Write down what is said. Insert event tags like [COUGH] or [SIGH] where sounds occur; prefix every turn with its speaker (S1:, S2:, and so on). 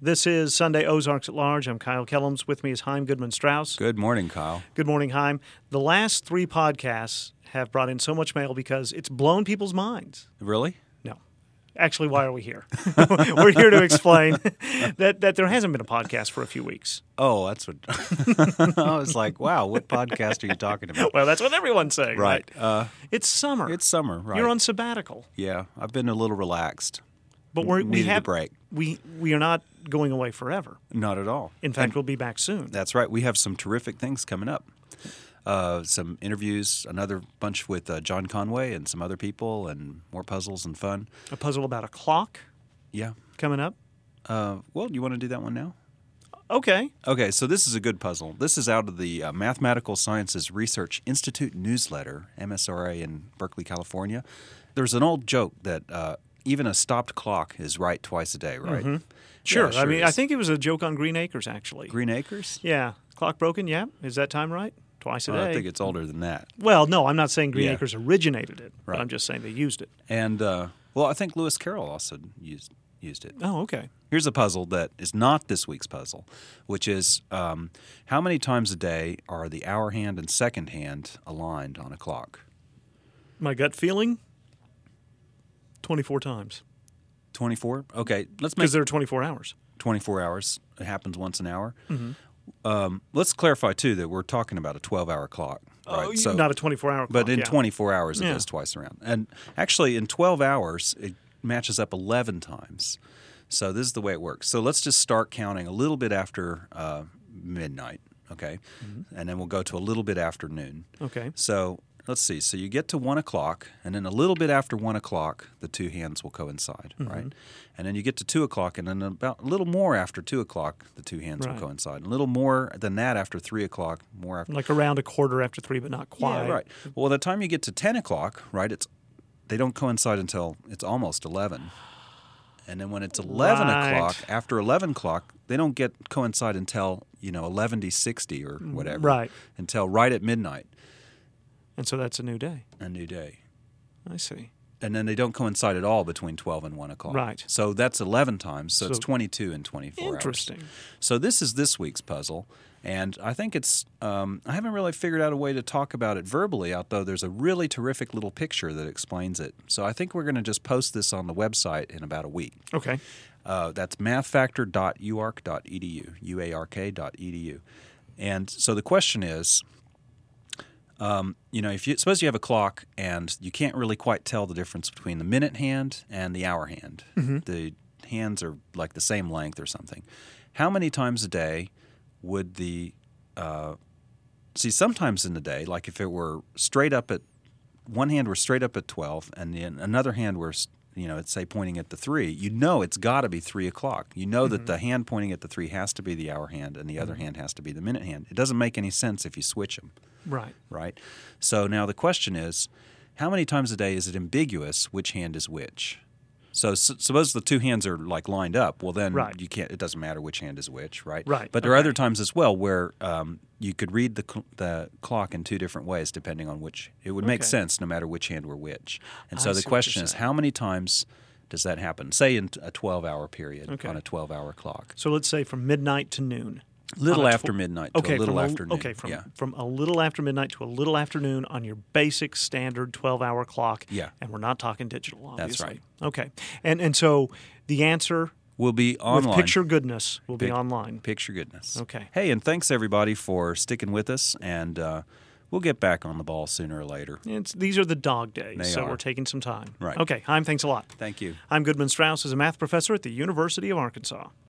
S1: This is Sunday Ozarks at Large. I'm Kyle Kellums. With me is Heim Goodman Strauss.
S2: Good morning, Kyle.
S1: Good morning, Heim. The last three podcasts have brought in so much mail because it's blown people's minds.
S2: Really?
S1: No. Actually, why are we here? [LAUGHS] We're here to explain [LAUGHS] that, that there hasn't been a podcast for a few weeks.
S2: Oh, that's what [LAUGHS] I was like. Wow, what podcast are you talking about?
S1: Well, that's what everyone's saying, [LAUGHS] right?
S2: Uh,
S1: It's summer.
S2: it's summer, right?
S1: You're on sabbatical.
S2: yeah, I've been a little relaxed.
S1: But we're, we
S2: Needed a
S1: have
S2: break.
S1: We, we are not going away forever.
S2: Not at all.
S1: In fact, we'll be back soon.
S2: That's right. We have some terrific things coming up. Uh, some interviews, another bunch with uh, John Conway and some other people, and more puzzles and fun.
S1: a puzzle about a clock
S2: Yeah.
S1: coming up.
S2: Uh, well, you want to do that one now?
S1: Okay.
S2: Okay, so this is a good puzzle. This is out of the uh, Mathematical Sciences Research Institute newsletter, MSRA in Berkeley, California. There's an old joke that uh, even a stopped clock is right twice a day, right?
S1: Sure.
S2: Yeah,
S1: I mean, I
S2: is.
S1: think it was a joke on Green Acres, actually.
S2: Green Acres?
S1: Yeah. Clock broken. Yeah. Is that time right? Twice a day.
S2: Well, I think it's older than that.
S1: well, no, I'm not saying Green
S2: Yeah.
S1: Acres originated it, but
S2: Right.
S1: I'm just saying they used it.
S2: And, uh, well, I think Lewis Carroll also used, used it.
S1: Oh, okay.
S2: Here's a puzzle that is not this week's puzzle, which is um, how many times a day are the hour hand and second hand aligned on a clock?
S1: My gut feeling 24 times
S2: 24? Okay, let's make
S1: because there are 24 hours.
S2: 24 hours. It happens once an hour.
S1: Mm-hmm.
S2: Um, let's clarify too that we're talking about a 12 hour clock, right?
S1: Oh, not a 24 hour clock.
S2: but in
S1: yeah.
S2: 24 hours it
S1: Yeah.
S2: goes twice around, and actually in 12 hours it matches up 11 times. So this is the way it works. So let's just start counting a little bit after uh, midnight, okay,
S1: Mm-hmm.
S2: and then we'll go to a little bit after noon.
S1: Okay.
S2: So let's see. So you get to one o'clock, and then a little bit after one o'clock, the two hands will coincide,
S1: Mm-hmm.
S2: right? And then you get to two o'clock, and then about a little more after two o'clock, the two hands
S1: Right. Mm,
S2: will coincide. And a little more than that after three o'clock, more after.
S1: Like around a quarter after three, but not quite.
S2: Yeah, right. Well, the time you get to ten o'clock, right? It's they don't coincide until it's almost eleven. And then when it's eleven
S1: Right.
S2: o'clock, after eleven o'clock, they don't get coincide until you know eleven to sixty or whatever,
S1: Mm, right.
S2: Until right at midnight,
S1: And so that's a new day.
S2: a new day.
S1: I see.
S2: and then they don't coincide at all between 12 and 1 o'clock.
S1: Right.
S2: So that's 11 times. So, it's
S1: So-
S2: 22 and 24 hours.
S1: Interesting.
S2: So this is this week's puzzle. And I think it's, um, I haven't really figured out a way to talk about it verbally, although there's a really terrific little picture that explains it. So I think we're going to just post this on the website in about a week.
S1: Okay.
S2: Uh, that's mathfactor.uark.edu, uark.edu. e And so the question is, um, you know, if you suppose you have a clock and you can't really quite tell the difference between the minute hand and the hour hand. The hands are like the same length or something. How many times a day would the uh, see? Sometimes in the day, like if it were straight up at one hand were straight up at 12 and then another hand were you know it's say pointing at the three you know it's got to be three o'clock you know that the hand pointing at the three has to be the hour hand and the other hand has to be the minute hand it doesn't make any sense if you switch them
S1: Right.
S2: right so now the question is how many times a day is it ambiguous which hand is which so s- suppose the two hands are like lined up well then
S1: Right.
S2: you can't it doesn't matter which hand is which right
S1: Right,
S2: but there are
S1: okay.
S2: other times as well where um, you could read the, cl- the clock in two different ways depending on which it would make
S1: Okay.
S2: sense no matter which hand were which and
S1: I
S2: so the
S1: see what you're
S2: question is
S1: saying.
S2: how many times does that happen say in t- a 12 hour period
S1: Okay.
S2: on a 12 hour clock
S1: So let's say from midnight to noon.
S2: little
S1: On a tw-
S2: after midnight to
S1: Okay,
S2: a little
S1: from
S2: after noon.
S1: Okay, from,
S2: yeah
S1: from a little after midnight to a little afternoon on your basic standard 12 hour clock.
S2: Yeah.
S1: And we're not talking digital,
S2: That's
S1: obviously. Okay. And, and so the answer
S2: we'll be online
S1: with picture goodness will be
S2: Pic-
S1: online.
S2: Picture goodness.
S1: Okay.
S2: Hey, and thanks everybody for sticking with us, and uh, we'll get back on the ball sooner or later.
S1: It's, these are the dog days,
S2: They
S1: so
S2: are.
S1: we're taking some time.
S2: Right.
S1: Okay, Heim, thanks a lot.
S2: Thank you.
S1: I'm Goodman Strauss, as a math professor at the University of Arkansas.